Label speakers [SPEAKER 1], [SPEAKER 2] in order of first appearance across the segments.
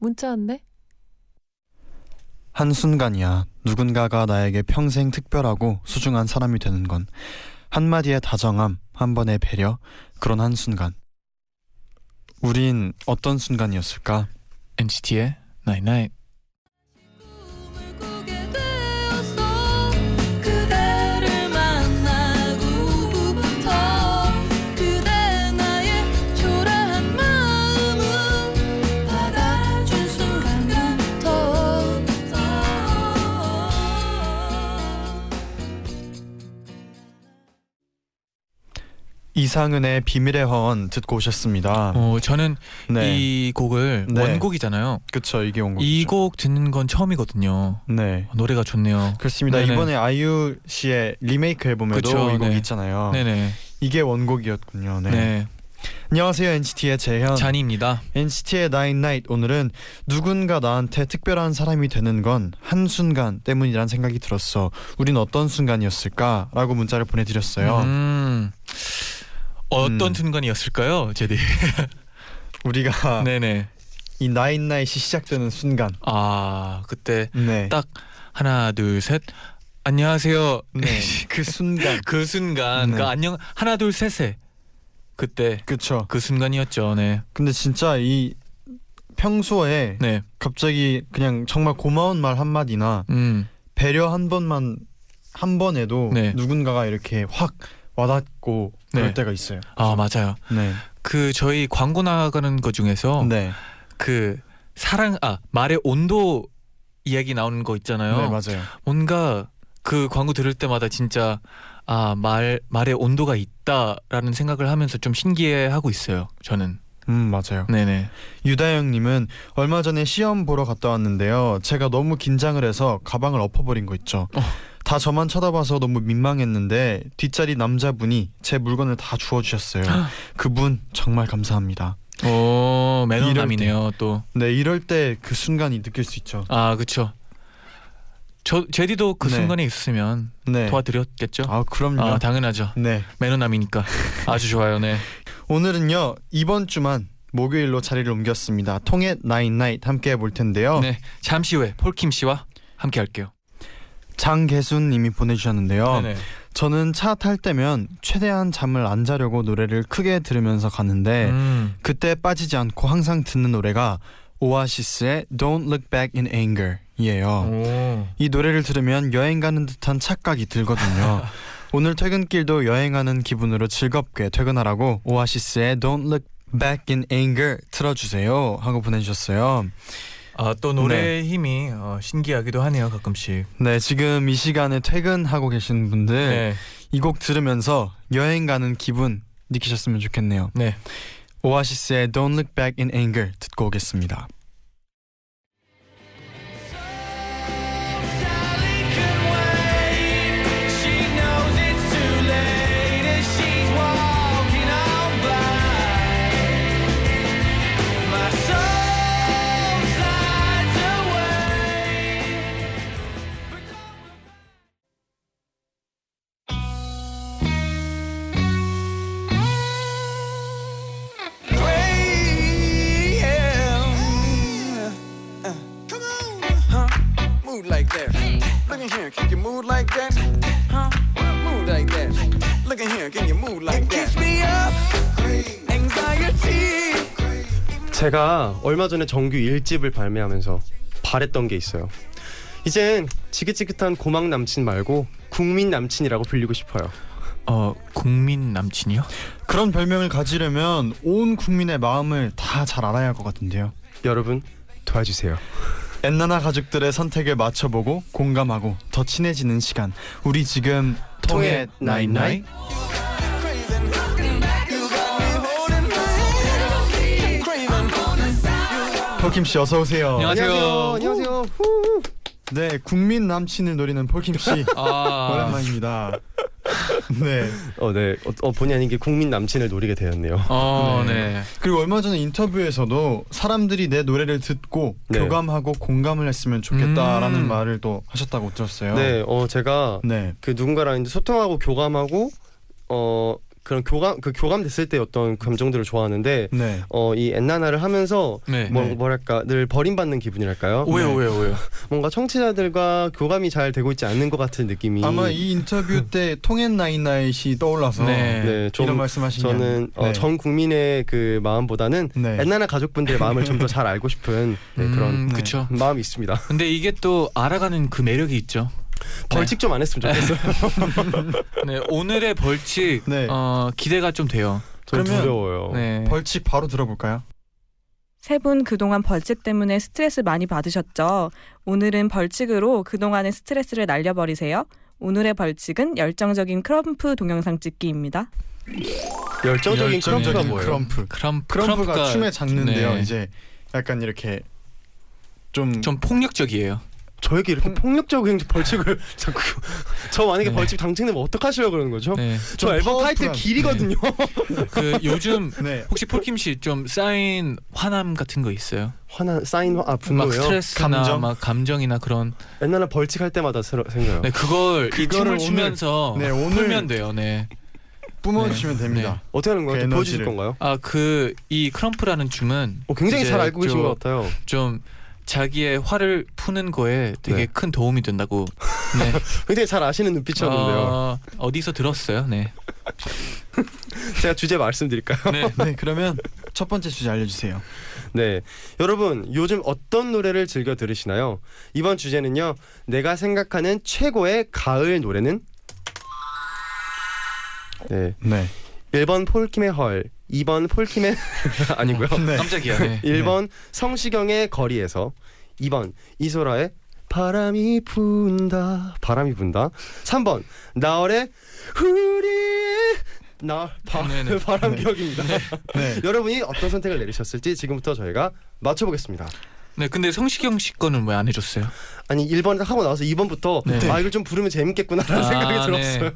[SPEAKER 1] 문자 왔네.
[SPEAKER 2] 한순간이야 누군가가 나에게 평생 특별하고 소중한 사람이 되는 건 한마디의 다정함, 한 번의 배려, 그런 한순간. 우린 어떤 순간이었을까?
[SPEAKER 3] NCT의 Night Night.
[SPEAKER 4] 꿈을 꾸게 되었어 그대를 만나고부터 그대 나의 초라한 마음을 받아준 순간부터
[SPEAKER 2] 이상은의 비밀의 허언 듣고 오셨습니다.
[SPEAKER 3] 어, 저는
[SPEAKER 2] 네,
[SPEAKER 3] 이 곡을
[SPEAKER 2] 네.
[SPEAKER 3] 원곡이잖아요.
[SPEAKER 2] 그쵸 이게 온
[SPEAKER 3] 이
[SPEAKER 2] 곡이죠.
[SPEAKER 3] 곡 듣는 건 처음이거든요.
[SPEAKER 2] 네,
[SPEAKER 3] 노래가 좋네요.
[SPEAKER 2] 그렇습니다.
[SPEAKER 3] 네네.
[SPEAKER 2] 이번에 아이유 씨의 리메이크 앨범에도
[SPEAKER 3] 그쵸,
[SPEAKER 2] 이 곡이
[SPEAKER 3] 네.
[SPEAKER 2] 있잖아요.
[SPEAKER 3] 네네.
[SPEAKER 2] 이게 원곡이었군요. 네. 아.
[SPEAKER 3] 네.
[SPEAKER 2] 안녕하세요 NCT의 재현.
[SPEAKER 3] 잔이입니다.
[SPEAKER 2] NCT의 나인 나이트 오늘은 누군가 나한테 특별한 사람이 되는 건 한순간 때문이란 생각이 들었어 우린 어떤 순간이었을까? 라고 문자를 보내드렸어요
[SPEAKER 3] 음. 어떤
[SPEAKER 2] 음.
[SPEAKER 3] 순간이었을까요, 제디?
[SPEAKER 2] 우리가
[SPEAKER 3] 네네.
[SPEAKER 2] 이 나인 나이트 시작되는 순간
[SPEAKER 3] 아 그때
[SPEAKER 2] 네.
[SPEAKER 3] 딱 하나 둘 셋. 안녕하세요.
[SPEAKER 2] 네. 그 순간
[SPEAKER 3] 그 순간
[SPEAKER 2] 네.
[SPEAKER 3] 그 안녕 하나 둘 셋에 그때
[SPEAKER 2] 그쵸
[SPEAKER 3] 그 순간이었죠. 네.
[SPEAKER 2] 근데 진짜 이 평소에
[SPEAKER 3] 네.
[SPEAKER 2] 갑자기 그냥 정말 고마운 말 한마디나
[SPEAKER 3] 음.
[SPEAKER 2] 배려 한 번만 한 번에도
[SPEAKER 3] 네.
[SPEAKER 2] 누군가가 이렇게 확 와닿고 그럴
[SPEAKER 3] 네.
[SPEAKER 2] 때가 있어요
[SPEAKER 3] 아 맞아요.
[SPEAKER 2] 네.
[SPEAKER 3] 그 저희 광고 나가는 것 중에서
[SPEAKER 2] 네.
[SPEAKER 3] 그 사랑 아 말의 온도 이야기 나오는 거
[SPEAKER 2] 네
[SPEAKER 3] 있잖아요.
[SPEAKER 2] 맞아요
[SPEAKER 3] 뭔가 그 광고 들을 때마다 진짜 아 말 말의 온도가 있다라는 생각을 하면서 좀 신기해 하고 있어요. 저는.
[SPEAKER 2] 음 맞아요
[SPEAKER 3] 네네.
[SPEAKER 2] 유다영님은 얼마 전에 시험 보러 갔다 왔는데요. 제가 너무 긴장을 해서 가방을 엎어버린 거 있죠.
[SPEAKER 3] 어.
[SPEAKER 2] 다 저만 쳐다봐서 너무 민망했는데 뒷자리 남자분이 제 물건을 다 주워주셨어요.
[SPEAKER 3] 아.
[SPEAKER 2] 그분 정말 감사합니다.
[SPEAKER 3] 오
[SPEAKER 2] 이럴
[SPEAKER 3] 매너남이네요 또.
[SPEAKER 2] 네 이럴 때 그 순간이 느낄 수 있죠.
[SPEAKER 3] 아 그쵸. 저 제디도 그
[SPEAKER 2] 네.
[SPEAKER 3] 순간에 있었으면
[SPEAKER 2] 네.
[SPEAKER 3] 도와드렸겠죠.
[SPEAKER 2] 아 그럼요.
[SPEAKER 3] 아 당연하죠.
[SPEAKER 2] 네
[SPEAKER 3] 매너남이니까 아주 좋아요. 네.
[SPEAKER 2] 오늘은요 이번 주만 목요일로 자리를 옮겼습니다. 통해 나인나잇 함께 해볼 텐데요.
[SPEAKER 3] 네. 잠시 후에 폴킴 씨와 함께 할게요.
[SPEAKER 2] 장계순님이 보내주셨는데요.
[SPEAKER 3] 네네.
[SPEAKER 2] 저는 차 탈 때면 최대한 잠을 안 자려고 노래를 크게 들으면서 가는데
[SPEAKER 3] 음.
[SPEAKER 2] 그때 빠지지 않고 항상 듣는 노래가 오아시스의 Don't Look Back in
[SPEAKER 3] 어. 음.
[SPEAKER 2] Anger이에요.
[SPEAKER 3] 오.
[SPEAKER 2] 이 노래를 들으면 여행 가는 듯한 착각이 들거든요. 오늘 퇴근길도 여행하는 기분으로 즐겁게 퇴근하라고 오아시스의 Don't Look Back in Anger 틀어주세요 하고 보내주셨어요.
[SPEAKER 3] 아 또 노래의 힘이 어, 신기하기도 하네요 가끔씩.
[SPEAKER 2] 네, 지금 이 시간에 퇴근하고 계신 분들
[SPEAKER 3] 네.
[SPEAKER 2] 이 곡 들으면서 여행 가는 기분 느끼셨으면 좋겠네요.
[SPEAKER 3] 네.
[SPEAKER 2] 오아시스의 Don't Look Back in Anger 듣고 오겠습니다.
[SPEAKER 4] Sally can wait. She knows it's too late as she's walking on by. My soul slides away.
[SPEAKER 5] Come on. Huh? Move like that. Look in here, can you move like that? Huh? Move like that. Look in here, can you move like that?
[SPEAKER 4] me up, anxiety.
[SPEAKER 6] 제가 얼마 전에 정규 1집을 발매하면서 바랬던 게 있어요. 이젠 지긋지긋한 고막 남친 말고 국민 남친이라고 불리고 싶어요.
[SPEAKER 3] 어 국민 남친이요?
[SPEAKER 2] 그런 별명을 가지려면 온 국민의 마음을 다 잘 알아야 할 것 같은데요.
[SPEAKER 6] 여러분 도와주세요.
[SPEAKER 2] 엔나나 가족들의 선택을 맞춰보고 공감하고 더 친해지는 시간. 우리 지금 통해 나잇나잇
[SPEAKER 5] Craving. You got me holding my hand. Craving. You got me
[SPEAKER 2] 폴킴 씨 어서 오세요.
[SPEAKER 3] 안녕하세요.
[SPEAKER 6] 안녕하세요.
[SPEAKER 2] 네, 국민 남친을 노리는 폴킴 씨
[SPEAKER 3] 아,
[SPEAKER 2] 오랜만입니다. 네.
[SPEAKER 6] 어, 네. 어, 어, 본의 아니게 국민 남친을 노리게 되었네요.
[SPEAKER 3] 어,
[SPEAKER 2] 네.
[SPEAKER 3] 네.
[SPEAKER 2] 그리고 얼마 전에 인터뷰에서도 사람들이 내 노래를 듣고
[SPEAKER 6] 네.
[SPEAKER 2] 교감하고 공감을 했으면 좋겠다라는
[SPEAKER 3] 음.
[SPEAKER 2] 말을 또 하셨다고 들었어요.
[SPEAKER 6] 네, 어 제가
[SPEAKER 2] 네.
[SPEAKER 6] 그 누군가랑 이제 소통하고 교감하고 어 그런 교감 그 교감 됐을 때 어떤 감정들을 좋아하는데
[SPEAKER 2] 네.
[SPEAKER 6] 어 이 엔나나를 하면서
[SPEAKER 3] 네.
[SPEAKER 6] 뭐,
[SPEAKER 2] 네.
[SPEAKER 6] 뭐랄까 늘 버림받는 기분이랄까요.
[SPEAKER 3] 오해요, 오해요, 오해요.
[SPEAKER 6] 뭔가 청취자들과 교감이 잘 되고 있지 않는 것 같은 느낌이
[SPEAKER 2] 아마 이 인터뷰 때 통엔 나이나이시 떠올라서
[SPEAKER 3] 네.
[SPEAKER 6] 네, 좀
[SPEAKER 2] 이런 말씀하신 게
[SPEAKER 6] 저는
[SPEAKER 2] 아니-
[SPEAKER 6] 어,
[SPEAKER 2] 네.
[SPEAKER 6] 전 국민의 그 마음보다는
[SPEAKER 2] 네.
[SPEAKER 6] 엔나나 가족분들의 마음을 좀 더 잘 알고 싶은 네, 그런
[SPEAKER 3] 음, 그쵸.
[SPEAKER 6] 마음이 있습니다.
[SPEAKER 3] 근데 이게 또 알아가는 그 매력이 있죠.
[SPEAKER 6] 벌칙 좀 안 했으면 좋겠어요.
[SPEAKER 3] 네, 오늘의 벌칙
[SPEAKER 2] 네.
[SPEAKER 3] 어, 기대가 좀 돼요.
[SPEAKER 6] 좀
[SPEAKER 2] 그러면-
[SPEAKER 6] 두려워요.
[SPEAKER 3] 네.
[SPEAKER 2] 벌칙 바로 들어볼까요?
[SPEAKER 1] 세 분 그동안 벌칙 때문에 스트레스 많이 받으셨죠? 오늘은 벌칙으로 그동안의 스트레스를 날려버리세요. 오늘의 벌칙은 열정적인 크럼프 동영상 찍기입니다.
[SPEAKER 6] 열정적인,
[SPEAKER 2] 열정적인
[SPEAKER 6] 크럼프가 뭐예요?
[SPEAKER 2] 크럼프.
[SPEAKER 3] 크럼,
[SPEAKER 2] 크럼프가
[SPEAKER 3] 크럼프가
[SPEAKER 2] 춤의 장르인데요.
[SPEAKER 3] 네.
[SPEAKER 2] 이제 약간 이렇게 좀,
[SPEAKER 3] 좀 폭력적이에요.
[SPEAKER 6] 저에게 이렇게 폭력적인 벌칙을 자꾸 저 만약에
[SPEAKER 3] 네.
[SPEAKER 6] 벌칙 당첨되면 어떡하시려고 그러는 거죠?
[SPEAKER 3] 네.
[SPEAKER 6] 저
[SPEAKER 2] 좀
[SPEAKER 6] 앨범 타이틀
[SPEAKER 2] 파워풀한-
[SPEAKER 6] 길이거든요.
[SPEAKER 3] 그 요즘
[SPEAKER 2] 네.
[SPEAKER 3] 혹시 폴킴 씨 좀 쌓인 화남 같은 거 있어요?
[SPEAKER 6] 화나 사인 화- 아
[SPEAKER 3] 막
[SPEAKER 6] 분노요.
[SPEAKER 3] 스트레스나
[SPEAKER 2] 감정?
[SPEAKER 3] 막 감정이나 그런
[SPEAKER 6] 옛날에 벌칙 할 때마다 새로- 생겨요.
[SPEAKER 3] 네, 그걸 이
[SPEAKER 2] 그거를
[SPEAKER 3] 춤을
[SPEAKER 2] 오늘-
[SPEAKER 3] 추면서
[SPEAKER 2] 네, 오늘-
[SPEAKER 3] 풀면 돼요. 네.
[SPEAKER 2] 뿜어주시면 됩니다.
[SPEAKER 6] 어떻게 하는 거예요?
[SPEAKER 2] 그
[SPEAKER 6] 좀 보여주실
[SPEAKER 2] 에너지를-
[SPEAKER 6] 건가요?
[SPEAKER 3] 아 그 이 크럼프라는 춤은
[SPEAKER 6] 어, 굉장히
[SPEAKER 3] 이제
[SPEAKER 6] 잘 알고 계신
[SPEAKER 3] 좀-
[SPEAKER 6] 것 같아요.
[SPEAKER 3] 좀 자기의 화를 푸는 거에 되게
[SPEAKER 6] 네.
[SPEAKER 3] 큰 도움이 된다고. 네.
[SPEAKER 6] 굉장히 잘 아시는 눈빛이었는데요.
[SPEAKER 3] 어, 어디서 들었어요? 네.
[SPEAKER 6] 제가 주제 말씀드릴까요?
[SPEAKER 3] 네.
[SPEAKER 2] 네, 그러면 첫 번째 주제 알려주세요.
[SPEAKER 6] 네. 여러분, 요즘 어떤 노래를 즐겨 들으시나요? 이번 주제는요. 내가 생각하는 최고의 가을 노래는 네.
[SPEAKER 2] 네.
[SPEAKER 6] 1번 폴킴의 헐, 2번 폴킴의 아니고요.
[SPEAKER 2] 네.
[SPEAKER 3] 깜짝이야. 네.
[SPEAKER 6] 1번 성시경의 거리에서 2번 이소라의 바람이 분다 바람이 분다 3번 나얼의 우리의 나 바,
[SPEAKER 3] 네네.
[SPEAKER 6] 바람 기억입니다
[SPEAKER 2] 네.
[SPEAKER 6] 여러분이 어떤 선택을 내리셨을지 지금부터 저희가 맞춰보겠습니다
[SPEAKER 3] 네, 근데 성시경 씨 거는 왜 안 해줬어요?
[SPEAKER 6] 아니 1번 하고 나서 2번부터
[SPEAKER 3] 네.
[SPEAKER 6] 아 이걸 좀 부르면 재밌겠구나라는
[SPEAKER 3] 아,
[SPEAKER 6] 생각이
[SPEAKER 3] 네.
[SPEAKER 6] 들었어요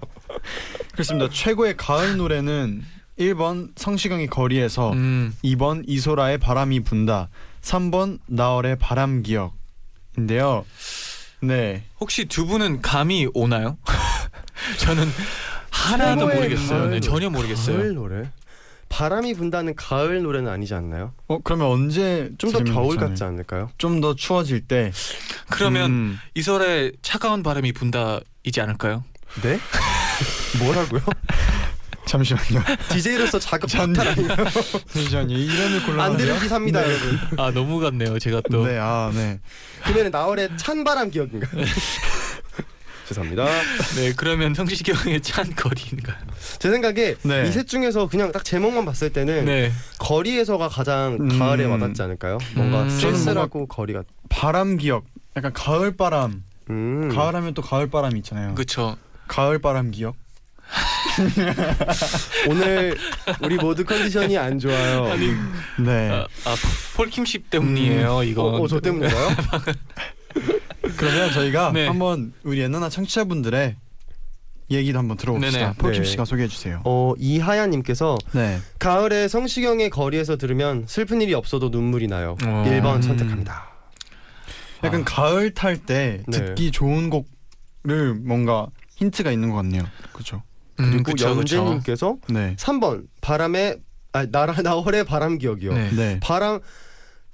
[SPEAKER 2] 그렇습니다. 최고의 가을 노래는 1번 성시경의
[SPEAKER 6] 어.
[SPEAKER 2] 거리에서
[SPEAKER 3] 음,
[SPEAKER 2] 2번 이소라의 바람이 분다. 3번 나얼의 바람 기억인데요. 네.
[SPEAKER 3] 혹시 두 분은 감이 오나요? 저는 하나도
[SPEAKER 6] 최고의
[SPEAKER 3] 모르겠어요. 네,
[SPEAKER 6] 가을
[SPEAKER 3] 전혀 모르겠어요.
[SPEAKER 6] 가을 노래 바람이 분다는 가을 노래는 아니지 않나요?
[SPEAKER 2] 어 그러면 언제
[SPEAKER 6] 좀 더 겨울 같지 않을까요?
[SPEAKER 2] 좀더 추워질 때.
[SPEAKER 3] 그러면
[SPEAKER 2] 음,
[SPEAKER 3] 이설의 차가운 바람이 분다이지 않을까요?
[SPEAKER 6] 네? 뭐라고요?
[SPEAKER 2] 잠시만요.
[SPEAKER 6] DJ로서 자극
[SPEAKER 2] 잠-
[SPEAKER 6] 박탈 아니에요?
[SPEAKER 2] 잠시만요. 이름을 골라.
[SPEAKER 6] 안 되는 기사입니다 여러분
[SPEAKER 3] 아 너무 같네요. 제가 또
[SPEAKER 2] 네. 아 네.
[SPEAKER 6] 그러면 나월의 찬바람 기억인가? 요 죄송합니다.
[SPEAKER 3] 네, 그러면 성시경의 찬 거리인가요?
[SPEAKER 6] 제 생각에
[SPEAKER 2] 네.
[SPEAKER 6] 이 셋 중에서 그냥 딱 제목만 봤을 때는
[SPEAKER 3] 네.
[SPEAKER 6] 거리에서가 가장
[SPEAKER 2] 음.
[SPEAKER 6] 가을에 와닿지 않을까요? 뭔가
[SPEAKER 3] 음.
[SPEAKER 6] 스트레스라고 거리가
[SPEAKER 2] 바람 기억. 약간 가을 바람.
[SPEAKER 6] 음.
[SPEAKER 2] 가을하면 또 가을 바람 있잖아요.
[SPEAKER 3] 그렇죠.
[SPEAKER 2] 가을 바람 기억.
[SPEAKER 6] 오늘 우리 모두 컨디션이 안 좋아요.
[SPEAKER 3] 아니
[SPEAKER 2] 네.
[SPEAKER 3] 아, 아 폴킴 씨 때문이에요. 이거.
[SPEAKER 6] 어, 어, 저 때문인가요?
[SPEAKER 2] 그러면 저희가
[SPEAKER 3] 네.
[SPEAKER 2] 한번 우리 옛날 청취자분들의 얘기도 한번 들어봅시다.
[SPEAKER 3] 네네.
[SPEAKER 2] 폴킴
[SPEAKER 6] 네.
[SPEAKER 2] 씨가 소개해 주세요.
[SPEAKER 6] 어, 이하야님께서
[SPEAKER 2] 네.
[SPEAKER 6] 가을에 성시경의 거리에서 들으면 슬픈 일이 없어도 눈물이 나요.
[SPEAKER 3] 어.
[SPEAKER 6] 1번
[SPEAKER 2] 음.
[SPEAKER 6] 선택합니다.
[SPEAKER 2] 약간
[SPEAKER 3] 아.
[SPEAKER 2] 가을 탈 때
[SPEAKER 6] 네.
[SPEAKER 2] 듣기 좋은 곡을 뭔가 힌트가 있는 것 같네요. 그렇죠.
[SPEAKER 3] 음,
[SPEAKER 6] 그리고
[SPEAKER 3] 그쵸, 그쵸.
[SPEAKER 6] 영재님께서
[SPEAKER 2] 네.
[SPEAKER 6] 3번 바람의 아, 나라 나월의 바람 기억이요.
[SPEAKER 3] 네.
[SPEAKER 2] 네.
[SPEAKER 6] 바람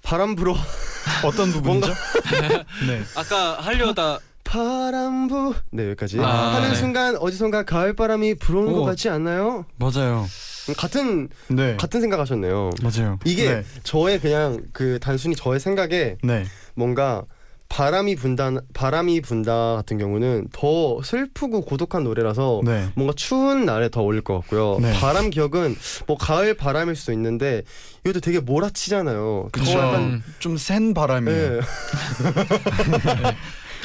[SPEAKER 6] 바람 불어
[SPEAKER 2] 어떤 부분이죠?
[SPEAKER 6] 뭔가-
[SPEAKER 2] 네.
[SPEAKER 3] 아까 하려다
[SPEAKER 6] 바람 부. 네 여기까지
[SPEAKER 3] 아,
[SPEAKER 6] 하는
[SPEAKER 3] 네.
[SPEAKER 6] 순간 어디선가 가을 바람이 불어오는
[SPEAKER 2] 오.
[SPEAKER 6] 것 같지 않나요?
[SPEAKER 2] 맞아요.
[SPEAKER 6] 같은
[SPEAKER 2] 네.
[SPEAKER 6] 같은 생각하셨네요.
[SPEAKER 2] 맞아요.
[SPEAKER 6] 이게
[SPEAKER 2] 네.
[SPEAKER 6] 저의 그냥 그 단순히 저의 생각에
[SPEAKER 2] 네.
[SPEAKER 6] 뭔가 바람이 분다 바람이 분다 같은 경우는 더 슬프고 고독한 노래라서
[SPEAKER 2] 네.
[SPEAKER 6] 뭔가 추운 날에 더 어울릴 것 같고요.
[SPEAKER 2] 네.
[SPEAKER 6] 바람 기억은 뭐 가을 바람일 수도 있는데 이것도 되게
[SPEAKER 2] 음.
[SPEAKER 6] 몰아치잖아요. 더 예,
[SPEAKER 2] 그쵸.
[SPEAKER 6] 약간
[SPEAKER 2] 네.
[SPEAKER 3] 음.
[SPEAKER 2] 좀 센 바람이에요.
[SPEAKER 6] 예.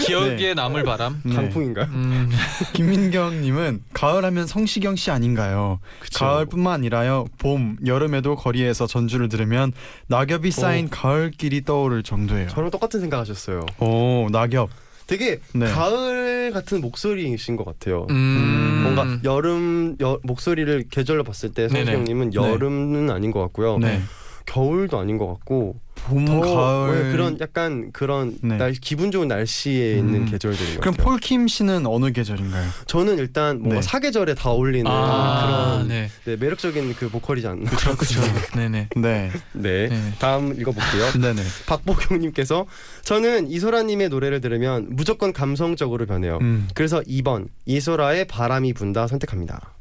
[SPEAKER 3] 기억에 남을 바람.
[SPEAKER 2] 네.
[SPEAKER 6] 강풍인가요?
[SPEAKER 3] 음,
[SPEAKER 2] 김민경님은 가을하면 성시경 씨 아닌가요?
[SPEAKER 6] 그쵸.
[SPEAKER 2] 가을뿐만 아니라요. 봄, 여름에도 거리에서 전주를 들으면 낙엽이 쌓인 가을길이 떠오를 정도예요.
[SPEAKER 6] 저랑 똑같은 생각하셨어요.
[SPEAKER 2] 오 낙엽.
[SPEAKER 6] 되게
[SPEAKER 2] 네.
[SPEAKER 6] 가을 같은 목소리이신 것 같아요.
[SPEAKER 3] 음,
[SPEAKER 6] 뭔가 여름 여- 목소리를 계절로 봤을 때 성시
[SPEAKER 3] 네네.
[SPEAKER 6] 형님은
[SPEAKER 2] 네.
[SPEAKER 6] 여름은 아닌 것 같고요.
[SPEAKER 2] 네.
[SPEAKER 6] 겨울도 아닌 것 같고
[SPEAKER 2] 봄,
[SPEAKER 6] 더
[SPEAKER 2] 가을.
[SPEAKER 6] 왜 그런 약간 그런
[SPEAKER 2] 네.
[SPEAKER 6] 날 기분 좋은 날씨에
[SPEAKER 2] 음.
[SPEAKER 6] 있는 계절들인 것
[SPEAKER 2] 그럼
[SPEAKER 6] 같아요.
[SPEAKER 2] 폴킴 씨는 어느 계절인가요?
[SPEAKER 6] 저는 일단 뭔가
[SPEAKER 2] 네.
[SPEAKER 6] 사계절에 다 어울리는
[SPEAKER 3] 아,
[SPEAKER 6] 그런
[SPEAKER 3] 네.
[SPEAKER 6] 네, 매력적인 그 보컬이지 않나.
[SPEAKER 3] 그렇죠, 그렇죠. 네네.
[SPEAKER 2] 네.
[SPEAKER 6] 네.
[SPEAKER 3] 네.
[SPEAKER 6] 다음 읽어볼게요.
[SPEAKER 2] 네네.
[SPEAKER 6] 박보경님께서 저는 이소라님의 노래를 들으면 무조건 감성적으로 변해요.
[SPEAKER 2] 음.
[SPEAKER 6] 그래서 2번 이소라의 바람이 분다 선택합니다.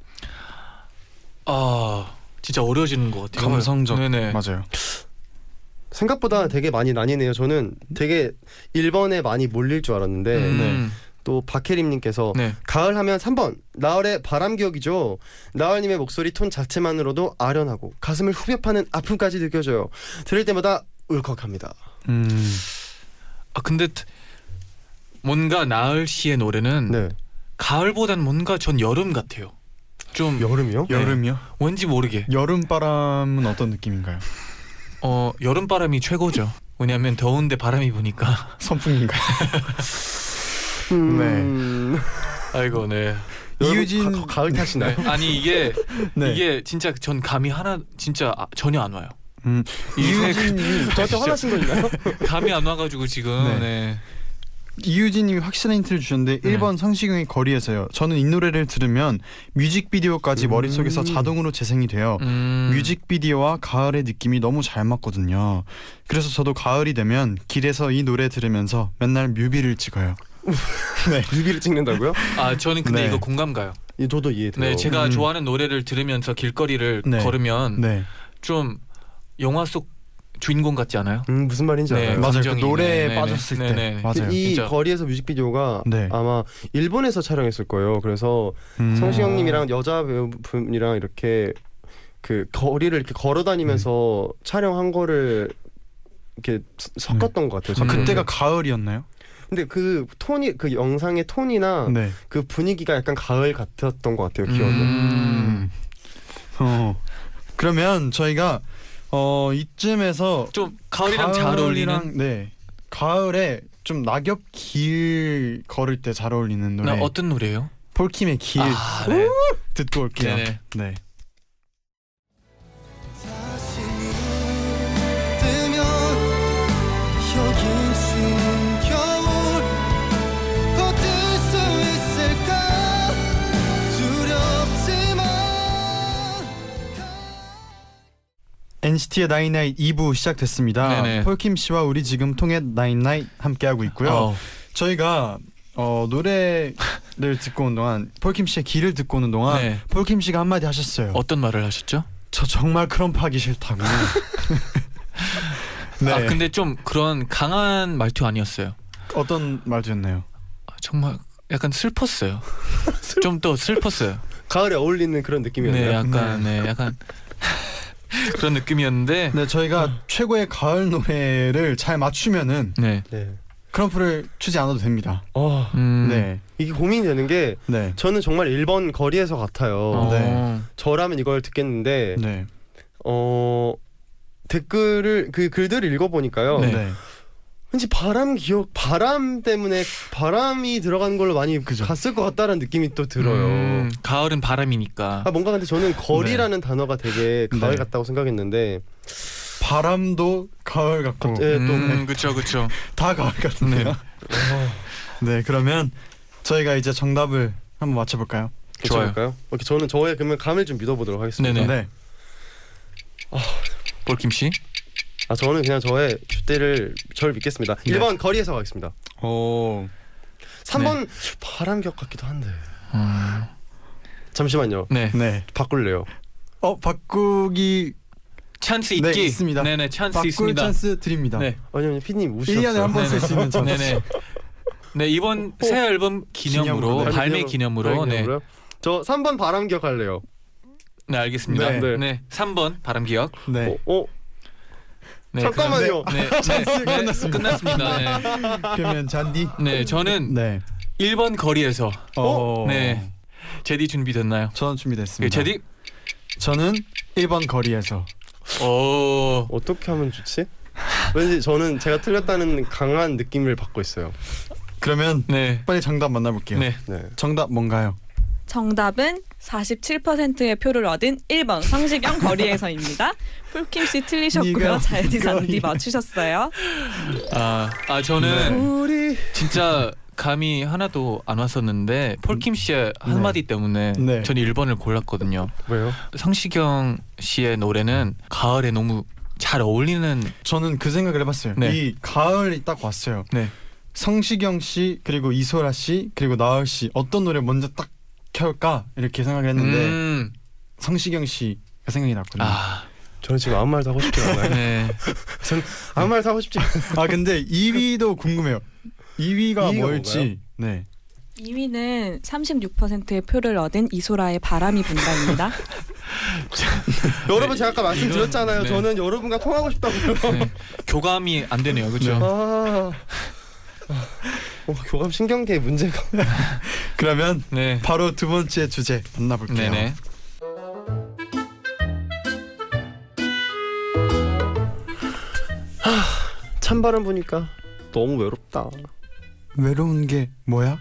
[SPEAKER 3] 아, 진짜 어려워지는 것 같아요.
[SPEAKER 2] 감성적.
[SPEAKER 3] 네네.
[SPEAKER 2] 맞아요. 음.
[SPEAKER 6] 생각보다 되게 많이 나뉘네요. 저는 되게 1번에 많이 몰릴 줄 알았는데
[SPEAKER 3] 음,
[SPEAKER 6] 또 박혜림님께서
[SPEAKER 3] 네.
[SPEAKER 6] 가을 하면 3번 나얼의 바람 기억이죠. 나얼님의 목소리 톤 자체만으로도 아련하고 가슴을 후벼 파는 아픔까지 느껴져요. 들을 때마다 울컥합니다.
[SPEAKER 2] 음.
[SPEAKER 3] 아 근데 트- 뭔가 나을 씨의 노래는
[SPEAKER 6] 네
[SPEAKER 3] 가을보단 뭔가 전 여름 같아요. 좀
[SPEAKER 6] 여름이요?
[SPEAKER 2] 여름이요?
[SPEAKER 3] 왠지 모르게
[SPEAKER 2] 네. 여름 바람은 어떤 느낌인가요?
[SPEAKER 3] 어 여름 바람이 최고죠. 왜냐하면 더운데 바람이 부니까.
[SPEAKER 2] 선풍인가요?
[SPEAKER 6] 음...
[SPEAKER 3] 아이고 네.
[SPEAKER 6] 여러분,
[SPEAKER 2] 이유진-
[SPEAKER 6] 가, 가을
[SPEAKER 3] 네.
[SPEAKER 6] 탓이나요?
[SPEAKER 3] 아니 이게
[SPEAKER 2] 네.
[SPEAKER 3] 이게 진짜 전 감이 하나 진짜 아, 전혀 안 와요.
[SPEAKER 2] 음.
[SPEAKER 3] 이게
[SPEAKER 2] 이유진님
[SPEAKER 6] 저한테 화나신 거 있나요?
[SPEAKER 3] 감이 안 와가지고 지금
[SPEAKER 2] 네.
[SPEAKER 3] 네.
[SPEAKER 2] 이유진님이 확실한 힌트를 주셨는데
[SPEAKER 3] 네.
[SPEAKER 2] 1번 성시경의 거리에서요. 저는 이 노래를 들으면 뮤직비디오까지
[SPEAKER 6] 음.
[SPEAKER 2] 머릿속에서 자동으로 재생이 돼요.
[SPEAKER 3] 음,
[SPEAKER 2] 어, 뮤직비디오와 가을의 느낌이 너무 잘 맞거든요. 그래서 저도 가을이 되면 길에서 이 노래 들으면서 맨날 뮤비를 찍어요.
[SPEAKER 6] 뮤비를 찍는다고요?
[SPEAKER 3] 아 저는 근데
[SPEAKER 2] 네.
[SPEAKER 3] 이거 공감 가요.
[SPEAKER 6] 예, 저도 이해돼요.
[SPEAKER 3] 네 제가
[SPEAKER 2] 음.
[SPEAKER 3] 좋아하는 노래를 들으면서 길거리를
[SPEAKER 2] 네.
[SPEAKER 3] 걸으면
[SPEAKER 2] 네.
[SPEAKER 3] 좀 영화 속 주인공 같지 않아요?
[SPEAKER 6] 음, 무슨 말인지
[SPEAKER 3] 네,
[SPEAKER 6] 알아요.
[SPEAKER 2] 맞아요. 그
[SPEAKER 3] 감정이.
[SPEAKER 2] 노래에
[SPEAKER 3] 네, 네,
[SPEAKER 2] 빠졌을
[SPEAKER 3] 네,
[SPEAKER 2] 때.
[SPEAKER 3] 네, 네.
[SPEAKER 2] 맞아요.
[SPEAKER 6] 이
[SPEAKER 3] 진짜.
[SPEAKER 6] 거리에서 뮤직비디오가
[SPEAKER 2] 네.
[SPEAKER 6] 아마 일본에서 촬영했을 거예요. 그래서
[SPEAKER 2] 음.
[SPEAKER 6] 성시경님이랑 여자 배우분이랑 이렇게 그 거리를 이렇게 걸어 다니면서 촬영한 거를 이렇게 스- 섞었던 것 같아요.
[SPEAKER 2] 아,
[SPEAKER 3] 음.
[SPEAKER 6] 저는.
[SPEAKER 2] 그때가 가을이었나요?
[SPEAKER 6] 근데 그 톤이 그 영상의 톤이나
[SPEAKER 2] 네.
[SPEAKER 6] 그 분위기가 약간 가을 같았던 것 같아요. 기억은.
[SPEAKER 3] 음.
[SPEAKER 2] 음. 어. 그러면 저희가 어 이쯤에서
[SPEAKER 3] 좀 가을이랑 잘
[SPEAKER 2] 가을이랑-
[SPEAKER 3] 어울리는
[SPEAKER 2] 네. 가을에 좀 낙엽 길 걸을 때 잘 어울리는 노래.
[SPEAKER 3] 나 어떤 노래예요?
[SPEAKER 2] 폴킴의 길
[SPEAKER 3] 아, 네.
[SPEAKER 2] 듣고 올게요.
[SPEAKER 3] 네네.
[SPEAKER 2] 네.
[SPEAKER 5] 다시 뜨면 여긴 추운 겨울 버틸 수 있을까 두렵지만
[SPEAKER 2] NCT의 나인나잇 2부 시작됐습니다.
[SPEAKER 3] 네네.
[SPEAKER 2] 폴킴 씨와 우리 지금 통해 나인나잇 함께 하고 있고요.
[SPEAKER 3] 어,
[SPEAKER 2] 저희가 어, 노래를 듣고 온 동안 폴킴 씨의 길을 듣고 오는 동안
[SPEAKER 3] 네.
[SPEAKER 2] 폴킴 씨가 한마디 하셨어요.
[SPEAKER 3] 어떤 말을 하셨죠?
[SPEAKER 2] 저 정말 크럼프하기 싫다고. 네.
[SPEAKER 3] 아 근데 좀 그런 강한 말투 아니었어요.
[SPEAKER 2] 어떤 말투였나요?
[SPEAKER 3] 아, 정말 약간 슬펐어요. 좀 더 슬펐어요.
[SPEAKER 6] 가을에 어울리는 그런 느낌이었나요?
[SPEAKER 3] 네, 약간 네, 약간 그런 느낌이었는데
[SPEAKER 2] 네, 저희가 최고의 가을 노래를 잘 맞추면은
[SPEAKER 3] 네.
[SPEAKER 6] 네.
[SPEAKER 2] 크럼프를 추지 않아도 됩니다.
[SPEAKER 6] 어,
[SPEAKER 3] 음.
[SPEAKER 2] 네.
[SPEAKER 6] 이게 고민이 되는 게
[SPEAKER 2] 네.
[SPEAKER 6] 저는 정말 1번 거리에서 같아요.
[SPEAKER 3] 어,
[SPEAKER 2] 네.
[SPEAKER 6] 저라면 이걸 듣겠는데
[SPEAKER 2] 네.
[SPEAKER 6] 어 댓글을 그 글들을 읽어보니까요.
[SPEAKER 3] 네.
[SPEAKER 6] 왠지 바람 기억 바람 때문에 바람이 들어간 걸로 많이 갔을 것 같다라는 느낌이 또 들어요.
[SPEAKER 3] 음, 네. 가을은 바람이니까.
[SPEAKER 6] 아 뭔가 근데 저는 거리라는 단어가 되게 가을
[SPEAKER 2] 네.
[SPEAKER 6] 같다고 생각했는데
[SPEAKER 2] 바람도 가을 같고
[SPEAKER 6] 네, 또
[SPEAKER 3] 음, 그렇죠, 그렇죠.
[SPEAKER 2] 다 가을 같은데요. 네, 그러면 저희가 이제 정답을 한번 맞춰 볼까요?
[SPEAKER 3] 좋아요.
[SPEAKER 6] 괜찮을까요? 오케이 저는 저의 그러면 감을 좀 믿어보도록 하겠습니다.
[SPEAKER 3] 네네. 볼킴 씨.
[SPEAKER 6] 아 저는 그냥 저의 주대를 절 믿겠습니다.
[SPEAKER 2] 네.
[SPEAKER 6] 1번 거리에서 가겠습니다.
[SPEAKER 2] 오.
[SPEAKER 6] 3번 바람 기억 같기도 한데
[SPEAKER 3] 네. 음,
[SPEAKER 6] 잠시만요.
[SPEAKER 3] 네.
[SPEAKER 2] 네.
[SPEAKER 6] 바꿀래요.
[SPEAKER 2] 어, 바꾸기
[SPEAKER 3] 찬스
[SPEAKER 2] 네,
[SPEAKER 3] 있기.
[SPEAKER 2] 있습니다.
[SPEAKER 3] 네네 찬스
[SPEAKER 2] 바꿀
[SPEAKER 3] 있습니다.
[SPEAKER 2] 찬스 드립니다.
[SPEAKER 3] 네.
[SPEAKER 6] 아니면 피님 우시죠.
[SPEAKER 2] 1년에 한 번 쓸
[SPEAKER 3] 네네.
[SPEAKER 2] 수 있는 찬스. 어.
[SPEAKER 3] 네네. 네 이번 새 앨범 기념으로,
[SPEAKER 2] 기념으로, 네.
[SPEAKER 3] 발매 기념으로, 네.
[SPEAKER 6] 기념으로요? 저 3번 바람 기억할래요.
[SPEAKER 3] 네 알겠습니다.
[SPEAKER 2] 네.
[SPEAKER 3] 네. 3번 바람 기억.
[SPEAKER 2] 네.
[SPEAKER 6] 어, 어?
[SPEAKER 3] 네,
[SPEAKER 6] 잠깐만요.
[SPEAKER 3] 네, 네, 네, 끝났습니다. 끝났습니다. 네.
[SPEAKER 2] 그러면 잔디.
[SPEAKER 3] 네, 저는
[SPEAKER 2] 네.
[SPEAKER 3] 1번 거리에서
[SPEAKER 2] 어.
[SPEAKER 3] 네. 제디 준비됐나요?
[SPEAKER 7] 저는
[SPEAKER 3] 예,
[SPEAKER 7] 준비됐습니다.
[SPEAKER 3] 제디?
[SPEAKER 7] 저는 1번 거리에서
[SPEAKER 3] 오.
[SPEAKER 6] 어떻게 하면 좋지? 왠지 저는 제가 틀렸다는 강한 느낌을 받고 있어요.
[SPEAKER 7] 그러면
[SPEAKER 3] 네.
[SPEAKER 7] 빨리 정답
[SPEAKER 2] 예.
[SPEAKER 7] 만나볼게요.
[SPEAKER 3] 네.
[SPEAKER 6] 네.
[SPEAKER 7] 정답 뭔가요?
[SPEAKER 4] 정답은 47%의 표를 얻은 1번 성시경 거리에서입니다. 폴킴 씨 틀리셨고요.
[SPEAKER 7] 네가
[SPEAKER 4] 자연디
[SPEAKER 7] 이거
[SPEAKER 4] 잔디
[SPEAKER 7] 이거.
[SPEAKER 4] 맞추셨어요.
[SPEAKER 3] 아, 아 저는 진짜 감이 하나도 안 왔었는데 폴킴 씨의 한마디 때문에
[SPEAKER 2] 네.
[SPEAKER 3] 저는 1번을 골랐거든요.
[SPEAKER 6] 왜요?
[SPEAKER 3] 성시경 씨의 노래는 가을에 너무 잘 어울리는
[SPEAKER 2] 저는 그 생각을 해봤어요.
[SPEAKER 3] 네.
[SPEAKER 2] 이 가을이 딱 왔어요.
[SPEAKER 3] 네.
[SPEAKER 2] 성시경 씨 그리고 이소라 씨 그리고 나얼 씨 어떤 노래 먼저 딱 켤까 이렇게 생각을 했는데
[SPEAKER 3] 음.
[SPEAKER 2] 성시경 씨가 생각이 났군요. 아,
[SPEAKER 3] 아,
[SPEAKER 6] 저는 지금 아무 말도 하고 싶지 않아요.
[SPEAKER 3] 네.
[SPEAKER 6] 저는 아무 말도 하고 싶지 않아요.
[SPEAKER 2] 근데 2위도 궁금해요. 2위가
[SPEAKER 6] 이위가
[SPEAKER 2] 뭘지. 네.
[SPEAKER 4] 2위는 36%의 표를 얻은 이소라의 바람이 분다입니다.
[SPEAKER 6] 여러분 제가 아까
[SPEAKER 3] 이건-
[SPEAKER 6] 말씀드렸잖아요.
[SPEAKER 3] 네.
[SPEAKER 6] 저는 여러분과 통하고 싶다고요.
[SPEAKER 3] 네. 교감이 안 되네요. 그렇죠?
[SPEAKER 6] 아. 어, 교감 신경계의 문제가
[SPEAKER 2] 그러면
[SPEAKER 3] 네.
[SPEAKER 2] 바로 두 번째 주제 만나볼게요.
[SPEAKER 3] 네네.
[SPEAKER 6] 찬바람 보니까 너무 외롭다.
[SPEAKER 2] 외로운 게 뭐야?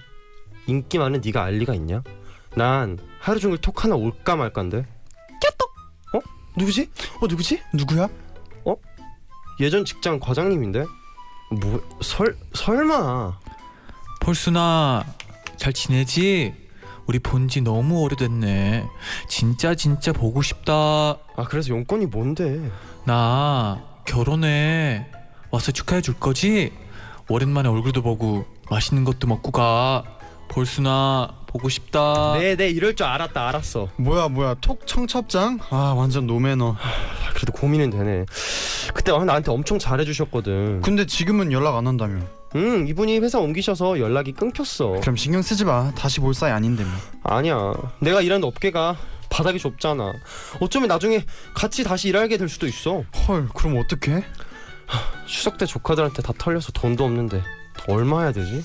[SPEAKER 6] 인기 많은 네가 알리가 있냐? 난 하루 종일 톡 하나 올까 말까인데. 깨똑. 어? 누구지? 어 누구지?
[SPEAKER 2] 누구야?
[SPEAKER 6] 예전 직장 과장님인데. 뭐 설 설마.
[SPEAKER 3] 폴순아 잘 지내지? 우리 본 지 너무 오래됐네. 진짜 진짜 보고 싶다.
[SPEAKER 6] 아 그래서 용건이 뭔데?
[SPEAKER 3] 나 결혼해. 와서 축하해 줄 거지? 오랜만에 얼굴도 보고 맛있는 것도 먹고 가. 폴순아 보고 싶다.
[SPEAKER 6] 네네 이럴 줄 알았다 알았어.
[SPEAKER 2] 뭐야 뭐야 톡 청첩장? 아 완전 노매너.
[SPEAKER 6] 아, 그래도 고민은 되네. 그때 아, 나한테 엄청 잘해주셨거든.
[SPEAKER 2] 근데 지금은 연락 안 한다며.
[SPEAKER 6] 음 이분이 회사 옮기셔서 연락이 끊겼어.
[SPEAKER 2] 그럼 신경 쓰지 마. 다시 볼 사이 아닌데. 뭐.
[SPEAKER 6] 아니야. 내가 일하는 업계가 바닥이 좁잖아. 어쩌면 나중에 같이 다시 일하게 될 수도 있어.
[SPEAKER 2] 헐 그럼 어떡해?
[SPEAKER 6] 추석 때 조카들한테 다 털려서 돈도 없는데 얼마 해야 되지?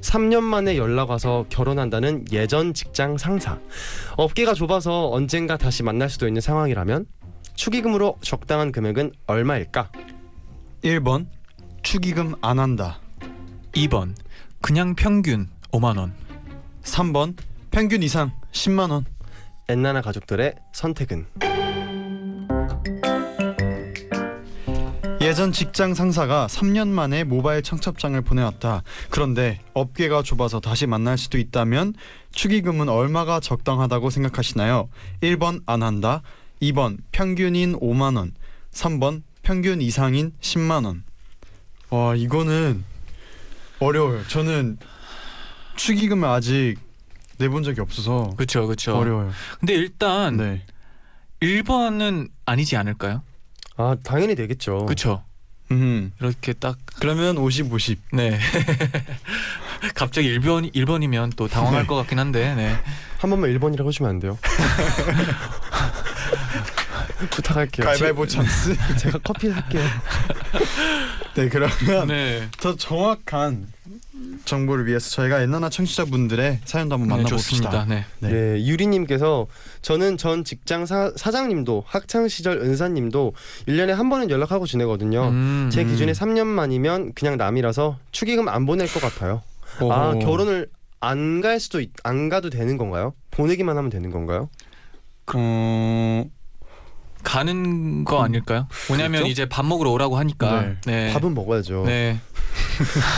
[SPEAKER 6] 3년 만에 연락 와서 결혼한다는 예전 직장 상사. 업계가 좁아서 언젠가 다시 만날 수도 있는 상황이라면 축의금으로 적당한 금액은 얼마일까?
[SPEAKER 2] 1번 축의금 안 한다.
[SPEAKER 3] 2번. 그냥 평균 5만 원.
[SPEAKER 2] 3번 평균 이상 10만 원.
[SPEAKER 6] 엔나나 가족들의 선택은
[SPEAKER 2] 예전 직장 상사가 3년 만에 모바일 청첩장을 보내왔다. 그런데 업계가 좁아서 다시 만날 수도 있다면 축의금은 얼마가 적당하다고 생각하시나요? 1번 안 한다. 2번 평균인 5만 원. 3번 평균 이상인 10만 원. 와, 이거는 어려워요. 저는 축의금을 아직 내본 적이 없어서
[SPEAKER 3] 그렇죠. 그렇죠.
[SPEAKER 2] 어려워요.
[SPEAKER 3] 근데 일단
[SPEAKER 2] 네.
[SPEAKER 3] 1번은 아니지 않을까요?
[SPEAKER 6] 아 당연히
[SPEAKER 2] 어.
[SPEAKER 6] 되겠죠.
[SPEAKER 3] 그렇죠.
[SPEAKER 2] 음.
[SPEAKER 3] 이렇게 딱
[SPEAKER 2] 그러면 50 50.
[SPEAKER 3] 네. 갑자기 1번 1번이면 또 당황할 것 같긴 한데. 네.
[SPEAKER 6] 한 번만 1번이라고 해주면 안 돼요? 부탁할게요.
[SPEAKER 2] 가위바위보 찬스.
[SPEAKER 6] 제- 제가 커피 할게요.
[SPEAKER 2] 네, 그러면
[SPEAKER 3] 네.
[SPEAKER 2] 더 정확한 정보를 위해서 저희가 옛날나 청취자분들의 사연도 한번
[SPEAKER 3] 네,
[SPEAKER 2] 만나봅시다.
[SPEAKER 3] 좋습니다. 네.
[SPEAKER 2] 네.
[SPEAKER 6] 네, 유리님께서 저는 전 직장 사, 사장님도 학창 시절 은사님도 1년에 한 번은 연락하고 지내거든요.
[SPEAKER 3] 음.
[SPEAKER 6] 제
[SPEAKER 2] 음.
[SPEAKER 6] 기준에 3년 만이면 그냥 남이라서 축의금 안 보낼 것 같아요. 아 결혼을 안 갈 수도 있, 안 가도 되는 건가요? 보내기만 하면 되는 건가요?
[SPEAKER 2] 어,
[SPEAKER 3] 가는 거 아닐까요? 왜냐면
[SPEAKER 6] 그렇죠?
[SPEAKER 3] 이제 밥 먹으러 오라고 하니까. 네.
[SPEAKER 6] 밥은 먹어야죠.
[SPEAKER 3] 네.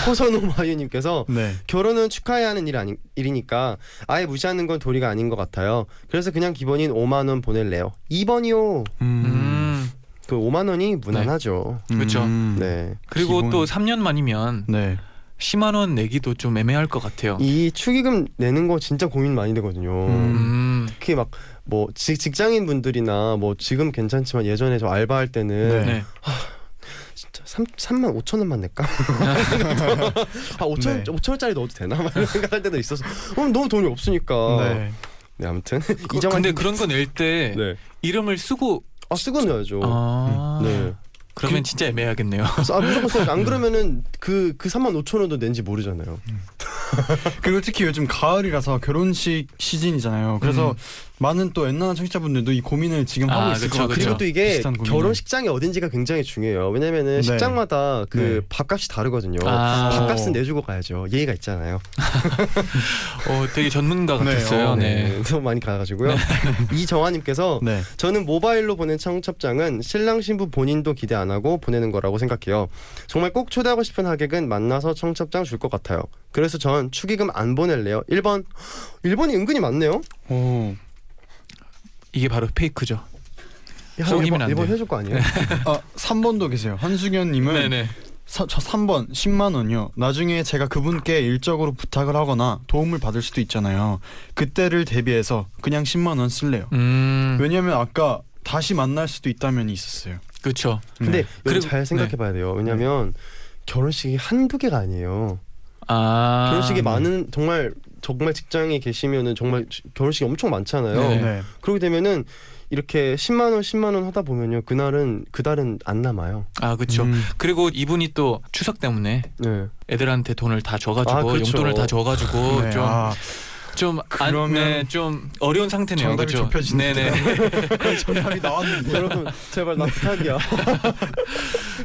[SPEAKER 6] 호선오마유님께서
[SPEAKER 2] 네.
[SPEAKER 6] 결혼은 축하해야 하는 일 아니, 일이니까 아예 무시하는 건 도리가 아닌 것 같아요. 그래서 그냥 기본인 5만 원 보낼래요. 2번이요.
[SPEAKER 2] 음.
[SPEAKER 3] 음.
[SPEAKER 6] 그 5만 원이 무난하죠.
[SPEAKER 3] 그렇죠.
[SPEAKER 2] 음.
[SPEAKER 6] 네.
[SPEAKER 3] 그리고
[SPEAKER 2] 기본.
[SPEAKER 3] 또 3년 만이면
[SPEAKER 2] 네.
[SPEAKER 3] 10만 원 내기도 좀 애매할 것 같아요.
[SPEAKER 6] 이 축의금 내는 거 진짜 고민 많이 되거든요.
[SPEAKER 2] 음.
[SPEAKER 3] 음.
[SPEAKER 6] 특히 막 뭐 직장인 분들이나 뭐 지금 괜찮지만 예전에 저 알바할 때는
[SPEAKER 2] 네.
[SPEAKER 3] 네.
[SPEAKER 6] 진짜 3, 3만 5천 원만 낼까? 아 5천
[SPEAKER 2] 네.
[SPEAKER 3] 네.
[SPEAKER 6] 5천 원짜리 넣어도 되나? 막 이런 생각할 때도 있어서 어, 너무 돈이 없으니까
[SPEAKER 2] 네.
[SPEAKER 6] 네 아무튼
[SPEAKER 3] 그,
[SPEAKER 6] 이정환
[SPEAKER 3] 근데 그런 건 낼 때
[SPEAKER 6] 네.
[SPEAKER 3] 이름을 쓰고
[SPEAKER 6] 아 쓰고 넣어야죠.
[SPEAKER 3] 아
[SPEAKER 6] 네.
[SPEAKER 3] 그러면 진짜 애매하겠네요.
[SPEAKER 6] 그래서 아, 무조건 써야죠. 안 그러면은 그, 그 3만 5천 원도 낸지 모르잖아요.
[SPEAKER 2] 그리고 특히 요즘 가을이라서 결혼식 시즌이잖아요. 그래서
[SPEAKER 3] 음.
[SPEAKER 2] 많은 또 옛날 청취자분들도 이 고민을 지금
[SPEAKER 3] 아,
[SPEAKER 2] 하고 있을
[SPEAKER 3] 그쵸,
[SPEAKER 2] 것 같아요.
[SPEAKER 3] 그쵸.
[SPEAKER 6] 그리고 또 이게
[SPEAKER 2] 비슷한 고민을.
[SPEAKER 6] 결혼식장이 어딘지가 굉장히 중요해요. 왜냐면은
[SPEAKER 2] 네.
[SPEAKER 6] 식장마다 그
[SPEAKER 2] 네.
[SPEAKER 6] 밥값이 다르거든요.
[SPEAKER 3] 아.
[SPEAKER 6] 밥값은 내주고 가야죠. 예의가 있잖아요.
[SPEAKER 3] 어 되게 전문가
[SPEAKER 2] 네,
[SPEAKER 3] 같았어요.
[SPEAKER 2] 어,
[SPEAKER 3] 네.
[SPEAKER 6] 너무 많이 가가지고요. 이정화님께서
[SPEAKER 2] 네.
[SPEAKER 6] 저는 모바일로 보낸 청첩장은 신랑 신부 본인도 기대 안 하고 보내는 거라고 생각해요. 정말 꼭 초대하고 싶은 하객은 만나서 청첩장 줄 것 같아요. 그래서 전 축의금 안 보낼래요. 1번 1번이 은근히 많네요.
[SPEAKER 2] 오.
[SPEAKER 3] 이게 바로 페이크죠. 속이면 안
[SPEAKER 6] 1번,
[SPEAKER 3] 돼요.
[SPEAKER 6] 해줄 거 아니에요?
[SPEAKER 2] 아, 3번도 계세요. 한수견 님은
[SPEAKER 3] 네네.
[SPEAKER 2] 사, 저 3번 10만 원요. 나중에 제가 그분께 일적으로 부탁을 하거나 도움을 받을 수도 있잖아요. 그때를 대비해서 그냥 10만 원 쓸래요.
[SPEAKER 3] 음
[SPEAKER 2] 왜냐면 아까 다시 만날 수도 있다면이 있었어요.
[SPEAKER 3] 그렇죠.
[SPEAKER 6] 근데
[SPEAKER 3] 그리고-
[SPEAKER 6] 그리고, 잘 생각해 봐야 돼요. 왜냐면 결혼식이 한두 개가 아니에요.
[SPEAKER 3] 아
[SPEAKER 6] 결혼식이
[SPEAKER 2] 네.
[SPEAKER 6] 많은 정말 정말 직장에 계시면은 정말 지- 결혼식이 엄청 많잖아요.
[SPEAKER 3] 네.
[SPEAKER 2] 네.
[SPEAKER 6] 그러게 되면은 이렇게 10만 원, 10만 원 하다 보면요. 그날은 그달은 안 남아요.
[SPEAKER 3] 아 그렇죠.
[SPEAKER 2] 음.
[SPEAKER 3] 그리고 이분이 또 추석 때문에
[SPEAKER 6] 네.
[SPEAKER 3] 애들한테 돈을 다 줘가지고
[SPEAKER 6] 아, 그렇죠.
[SPEAKER 3] 용돈을 다 줘가지고
[SPEAKER 2] 네,
[SPEAKER 3] 어, 좀
[SPEAKER 2] 아,
[SPEAKER 3] 좀
[SPEAKER 2] 그러면
[SPEAKER 3] 안, 네, 좀 어려운 상태네요.
[SPEAKER 2] 정답이
[SPEAKER 3] 그렇죠?
[SPEAKER 2] 좁혀지는데요.
[SPEAKER 3] 네네.
[SPEAKER 2] 거의 정답이 나왔는데.
[SPEAKER 6] 여러분 제발 나 부탁이야.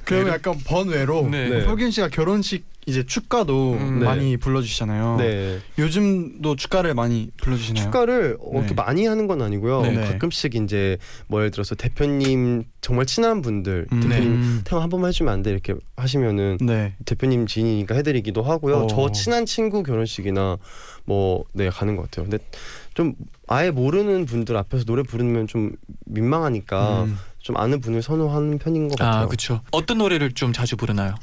[SPEAKER 2] 그러면 약간 번외로
[SPEAKER 3] 네.
[SPEAKER 6] 네.
[SPEAKER 2] 석윤 씨가 결혼식 이제 축가도
[SPEAKER 3] 음,
[SPEAKER 6] 네.
[SPEAKER 2] 많이 불러주시잖아요.
[SPEAKER 6] 네.
[SPEAKER 2] 요즘도 축가를 많이 불러주시나요?
[SPEAKER 6] 축가를 어,
[SPEAKER 2] 네.
[SPEAKER 6] 이렇게 많이 하는 건 아니고요.
[SPEAKER 3] 네.
[SPEAKER 6] 가끔씩 이제 뭐 예를 들어서 대표님 정말 친한 분들
[SPEAKER 2] 음,
[SPEAKER 6] 대표님
[SPEAKER 3] 음.
[SPEAKER 6] 태양 한 번만 해주면 안 돼 이렇게 하시면은
[SPEAKER 2] 네.
[SPEAKER 6] 대표님 지인이니까 해드리기도 하고요.
[SPEAKER 2] 어.
[SPEAKER 6] 저 친한 친구 결혼식이나 뭐네 가는 것 같아요. 근데 좀 아예 모르는 분들 앞에서 노래 부르면 좀 민망하니까
[SPEAKER 2] 음.
[SPEAKER 6] 좀 아는 분을 선호하는 편인 것 같아요.
[SPEAKER 3] 아 그렇죠. 어떤 노래를 좀 자주 부르나요?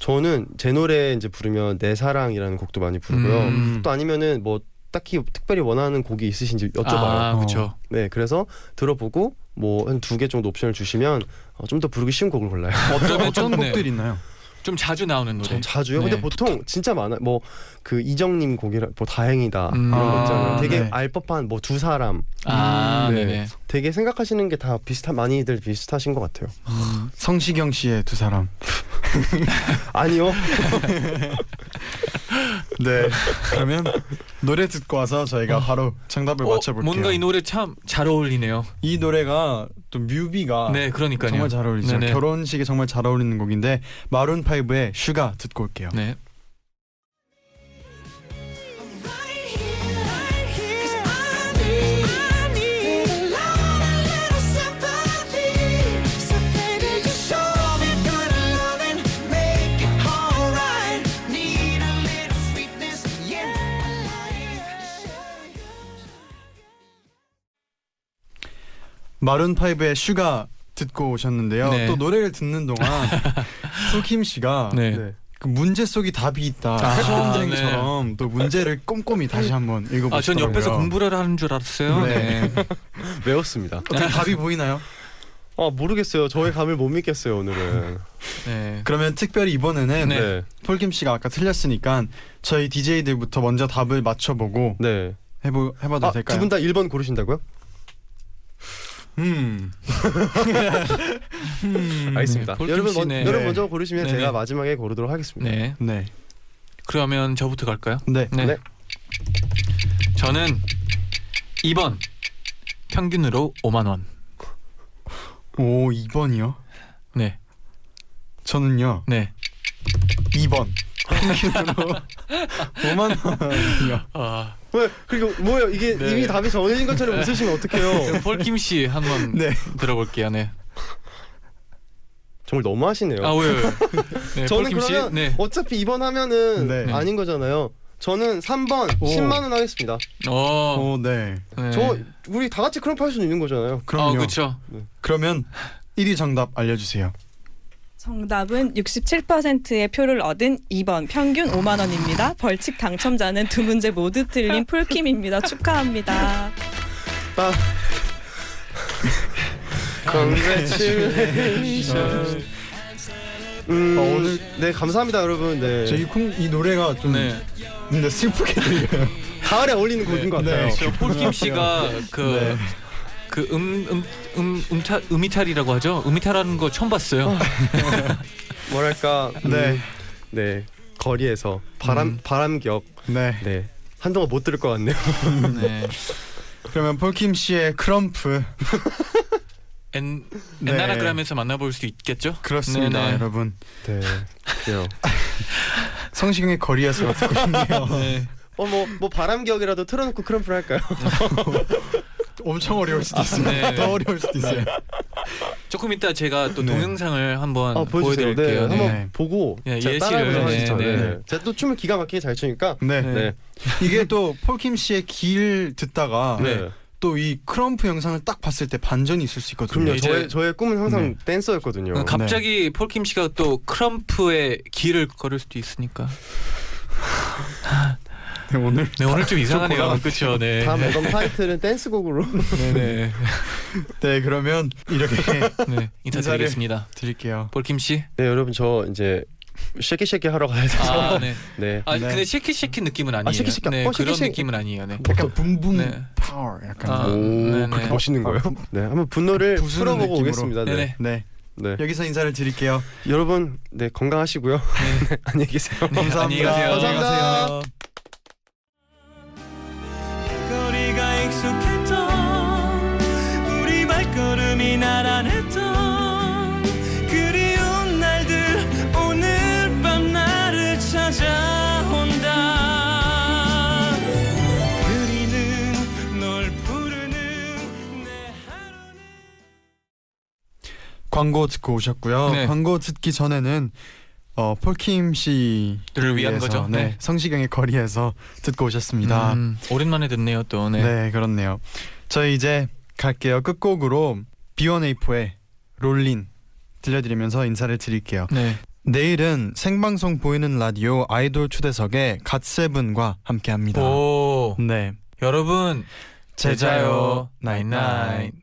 [SPEAKER 6] 저는 제 노래 이제 부르면 내 사랑이라는 곡도 많이 부르고요.
[SPEAKER 3] 음.
[SPEAKER 6] 또 아니면은 뭐 딱히 특별히 원하는 곡이 있으신지 여쭤봐요.
[SPEAKER 2] 어.
[SPEAKER 3] 아 그렇죠.
[SPEAKER 6] 네, 그래서 들어보고 뭐 한 두 개 정도 옵션을 주시면 어, 좀 더 부르기 쉬운 곡을 골라요.
[SPEAKER 3] 어떤
[SPEAKER 2] 어떤
[SPEAKER 3] 좀, 네,
[SPEAKER 2] 곡들이 있나요?
[SPEAKER 3] 좀 자주 나오는 노래.
[SPEAKER 6] 전 자주요.
[SPEAKER 3] 네.
[SPEAKER 6] 근데 보통 진짜 많아. 뭐 그 이정님 곡이라 뭐 다행이다
[SPEAKER 3] 음.
[SPEAKER 6] 이런 거
[SPEAKER 2] 아,
[SPEAKER 6] 있잖아요. 되게
[SPEAKER 2] 네.
[SPEAKER 6] 알 법한 뭐 두 사람.
[SPEAKER 3] 아
[SPEAKER 6] 음, 네.
[SPEAKER 3] 네네.
[SPEAKER 6] 되게 생각하시는 게 다 비슷한 많이들 비슷하신 것 같아요.
[SPEAKER 2] 성시경 씨의 두 사람.
[SPEAKER 6] 아니요.
[SPEAKER 2] 네. 그러면 노래 듣고 와서 저희가 바로 정답을
[SPEAKER 3] 어,
[SPEAKER 2] 맞춰볼게요.
[SPEAKER 3] 뭔가 이 노래 참 잘 어울리네요.
[SPEAKER 2] 이 노래가 또 뮤비가
[SPEAKER 3] 네 그러니까요.
[SPEAKER 2] 아, 정말 잘 어울리죠.
[SPEAKER 3] 네네.
[SPEAKER 2] 결혼식에 정말 잘 어울리는 곡인데 마룬 파이브의 슈가 듣고 올게요.
[SPEAKER 3] 네.
[SPEAKER 2] 마룬 파이브의 슈가 듣고 오셨는데요.
[SPEAKER 3] 네.
[SPEAKER 2] 또 노래를 듣는 동안 소킴 씨가
[SPEAKER 3] 네.
[SPEAKER 6] 네.
[SPEAKER 2] 그 문제 속이 답이 있다
[SPEAKER 3] 아, 네.
[SPEAKER 2] 수험생처럼 또 문제를 꼼꼼히 다시 한번 읽어보시더라고요.
[SPEAKER 3] 아전 옆에서 공부를 하는 줄 알았어요.
[SPEAKER 2] 네.
[SPEAKER 3] 네.
[SPEAKER 6] 외웠습니다.
[SPEAKER 2] 어떻게 답이 보이나요?
[SPEAKER 6] 아 모르겠어요. 저의 감을 못 믿겠어요 오늘은.
[SPEAKER 3] 네.
[SPEAKER 2] 그러면 특별히 이번에는
[SPEAKER 3] 네.
[SPEAKER 2] 폴킴 씨가 아까 틀렸으니까 저희 DJ들부터 먼저 답을 맞춰보고
[SPEAKER 6] 네.
[SPEAKER 2] 해보 해봐도
[SPEAKER 6] 아,
[SPEAKER 2] 될까요?
[SPEAKER 6] 두분 다 1번 고르신다고요?
[SPEAKER 2] 음. 음.
[SPEAKER 6] 알겠습니다.
[SPEAKER 3] 폴킴
[SPEAKER 6] 여러분, 먼,
[SPEAKER 3] 씨네.
[SPEAKER 6] 여러분 먼저 고르시면
[SPEAKER 3] 네네.
[SPEAKER 6] 제가 마지막에 고르도록 하겠습니다.
[SPEAKER 3] 네.
[SPEAKER 2] 네.
[SPEAKER 3] 그러면 저부터 갈까요?
[SPEAKER 2] 네.
[SPEAKER 3] 네.
[SPEAKER 6] 네.
[SPEAKER 3] 저는 2번 평균으로 5만 원.
[SPEAKER 2] 오 2번이요?
[SPEAKER 3] 네.
[SPEAKER 2] 저는요
[SPEAKER 3] 네.
[SPEAKER 2] 2번. 평균으로 5만 원이요.
[SPEAKER 3] 아,
[SPEAKER 6] 왜 그리고 뭐예요? 이게
[SPEAKER 3] 네.
[SPEAKER 6] 이미 답이 정해진 것처럼 웃으시면 어떡해요?
[SPEAKER 3] 그 폴킴 씨 한번
[SPEAKER 2] 네.
[SPEAKER 3] 들어볼게요. 네.
[SPEAKER 6] 정말 너무 하시네요.
[SPEAKER 3] 아, 왜요? 왜요? 네,
[SPEAKER 6] 저는
[SPEAKER 3] 폴킴 씨?
[SPEAKER 6] 그러면
[SPEAKER 3] 네.
[SPEAKER 6] 어차피 2번 하면은
[SPEAKER 2] 네.
[SPEAKER 6] 아닌 거잖아요. 저는 3번
[SPEAKER 2] 오.
[SPEAKER 6] 10만 원 하겠습니다.
[SPEAKER 3] 어.
[SPEAKER 2] 오 네.
[SPEAKER 3] 네.
[SPEAKER 6] 저 우리 다 같이 크럼프 할수 있는 거잖아요.
[SPEAKER 3] 아,
[SPEAKER 2] 그럼요.
[SPEAKER 3] 그렇죠.
[SPEAKER 2] 그러면 1위 정답 알려주세요.
[SPEAKER 1] 정답은 67%의 표를 얻은 2번 평균 5만 원입니다. 벌칙 당첨자는 두 문제 모두 틀린 폴킴입니다. 축하합니다.
[SPEAKER 6] 아. 네.
[SPEAKER 3] 네.
[SPEAKER 6] Congratulations. 음,
[SPEAKER 2] 아, 오늘-
[SPEAKER 6] 오늘 네 감사합니다 여러분. 네.
[SPEAKER 2] 저희 콩, 이 노래가 좀
[SPEAKER 3] 네.
[SPEAKER 2] 근데 슬프게 들려요.
[SPEAKER 6] 가을에 어울리는 곡인 것 같아요.
[SPEAKER 2] 네.
[SPEAKER 3] 폴킴 씨가
[SPEAKER 2] 네.
[SPEAKER 3] 그 그 음 음 음 음탈 음이탈이라고 하죠. 음이탈하는 거 처음 봤어요.
[SPEAKER 6] 아. 뭐랄까 음,
[SPEAKER 2] 네.
[SPEAKER 6] 네 거리에서 바람
[SPEAKER 3] 음.
[SPEAKER 6] 바람격
[SPEAKER 2] 네.
[SPEAKER 6] 네 한동안 못 들을 것 같네요.
[SPEAKER 3] 네.
[SPEAKER 2] 그러면 폴킴 씨의 크럼프
[SPEAKER 3] 엔
[SPEAKER 2] 네.
[SPEAKER 3] 엔나라 그라면서 만나볼 수 있겠죠?
[SPEAKER 2] 그렇습니다,
[SPEAKER 3] 네네.
[SPEAKER 2] 여러분.
[SPEAKER 6] 네 그래요.
[SPEAKER 2] 성시경의 거리에서 듣고 싶네요.
[SPEAKER 3] 네.
[SPEAKER 6] 어뭐뭐 바람격이라도 틀어놓고 크럼플 할까요?
[SPEAKER 2] 엄청 어려울 수도 있어요.
[SPEAKER 3] 네.
[SPEAKER 2] 더 어려울 수도 있어요.
[SPEAKER 3] 조금 이따 제가 또
[SPEAKER 2] 네.
[SPEAKER 3] 동영상을 한번
[SPEAKER 6] 아, 보여주세요.
[SPEAKER 3] 보여드릴게요.
[SPEAKER 6] 네,
[SPEAKER 3] 네.
[SPEAKER 6] 한번 보고
[SPEAKER 3] 예,
[SPEAKER 6] 제가
[SPEAKER 3] 예시를,
[SPEAKER 6] 따라해보도록
[SPEAKER 2] 네,
[SPEAKER 6] 하겠습니다.
[SPEAKER 2] 네,
[SPEAKER 6] 네,
[SPEAKER 2] 네.
[SPEAKER 6] 제가 또 춤을 기가 막히게 잘 추니까
[SPEAKER 2] 네.
[SPEAKER 3] 네.
[SPEAKER 6] 네.
[SPEAKER 2] 이게 또 폴킴 씨의 길 듣다가
[SPEAKER 6] 네.
[SPEAKER 2] 또 이 크럼프 영상을 딱 봤을 때 반전이 있을 수 있거든요.
[SPEAKER 6] 그럼요.
[SPEAKER 3] 이제-
[SPEAKER 6] 저의 저의 꿈은 항상
[SPEAKER 2] 네.
[SPEAKER 6] 댄서였거든요. 네.
[SPEAKER 3] 어, 갑자기 폴킴 씨가 또 크럼프의 길을 걸을 수도 있으니까.
[SPEAKER 2] 네, 오늘
[SPEAKER 3] 네 오늘 좀 이상하네요.
[SPEAKER 2] 곤란한데요.
[SPEAKER 3] 그렇죠. 네.
[SPEAKER 6] 다음 앨범 타이틀은 댄스곡으로
[SPEAKER 3] 네네.
[SPEAKER 2] 네 그러면 이렇게
[SPEAKER 3] 네 인사드리겠습니다.
[SPEAKER 2] 드릴게요.
[SPEAKER 3] 폴킴 씨.
[SPEAKER 6] 네 여러분 저 이제 쉐키 쉐키 하러 가야 돼서
[SPEAKER 3] 아 네.
[SPEAKER 6] 네.
[SPEAKER 3] 아
[SPEAKER 2] 네.
[SPEAKER 3] 근데 쉐키 쉐키 느낌은 아니에요.
[SPEAKER 6] 쉐키쉐키.
[SPEAKER 3] 네
[SPEAKER 6] 어,
[SPEAKER 3] 그런
[SPEAKER 6] 쉐키쉐키.
[SPEAKER 3] 느낌은 아니에요. 네.
[SPEAKER 2] 약간 붐붐
[SPEAKER 3] 네.
[SPEAKER 2] 파워 약간.
[SPEAKER 3] 아,
[SPEAKER 6] 오
[SPEAKER 3] 네네.
[SPEAKER 6] 그렇게 멋있는 거예요? 네 한번 분노를
[SPEAKER 2] 부수는
[SPEAKER 6] 풀어보고
[SPEAKER 2] 느낌으로.
[SPEAKER 6] 오겠습니다. 네.
[SPEAKER 3] 네네.
[SPEAKER 2] 네
[SPEAKER 6] 네.
[SPEAKER 2] 여기서 인사를 드릴게요.
[SPEAKER 6] 여러분 네 건강하시고요. 네, 안녕히 계세요.
[SPEAKER 3] 네, 안녕히 가세요.
[SPEAKER 6] 감사합니다.
[SPEAKER 3] 안녕히 가세요.
[SPEAKER 5] 거리가 익숙했던 우리 발걸음이 나란했던 그리운 날들 오늘 밤 나를 찾아온다 그리는 널 부르는 내 하루는
[SPEAKER 2] 광고 듣고 오셨고요.
[SPEAKER 3] 네.
[SPEAKER 2] 광고 듣기 전에는 어, 폴킴 씨를
[SPEAKER 3] 들을 위한 거죠?
[SPEAKER 2] 네.
[SPEAKER 3] 네.
[SPEAKER 2] 성시경의 거리에서 듣고 오셨습니다.
[SPEAKER 3] 음, 오랜만에 듣네요 또.
[SPEAKER 2] 네.
[SPEAKER 3] 네.
[SPEAKER 2] 그렇네요. 저희 이제 갈게요. 끝곡으로 B1A4의 롤린 들려드리면서 인사를 드릴게요.
[SPEAKER 3] 네.
[SPEAKER 8] 내일은 생방송 보이는 라디오 아이돌 초대석에 갓세븐과
[SPEAKER 3] 네.
[SPEAKER 8] 함께합니다.
[SPEAKER 3] 오
[SPEAKER 8] 네.
[SPEAKER 3] 여러분 제자요 나잇나잇.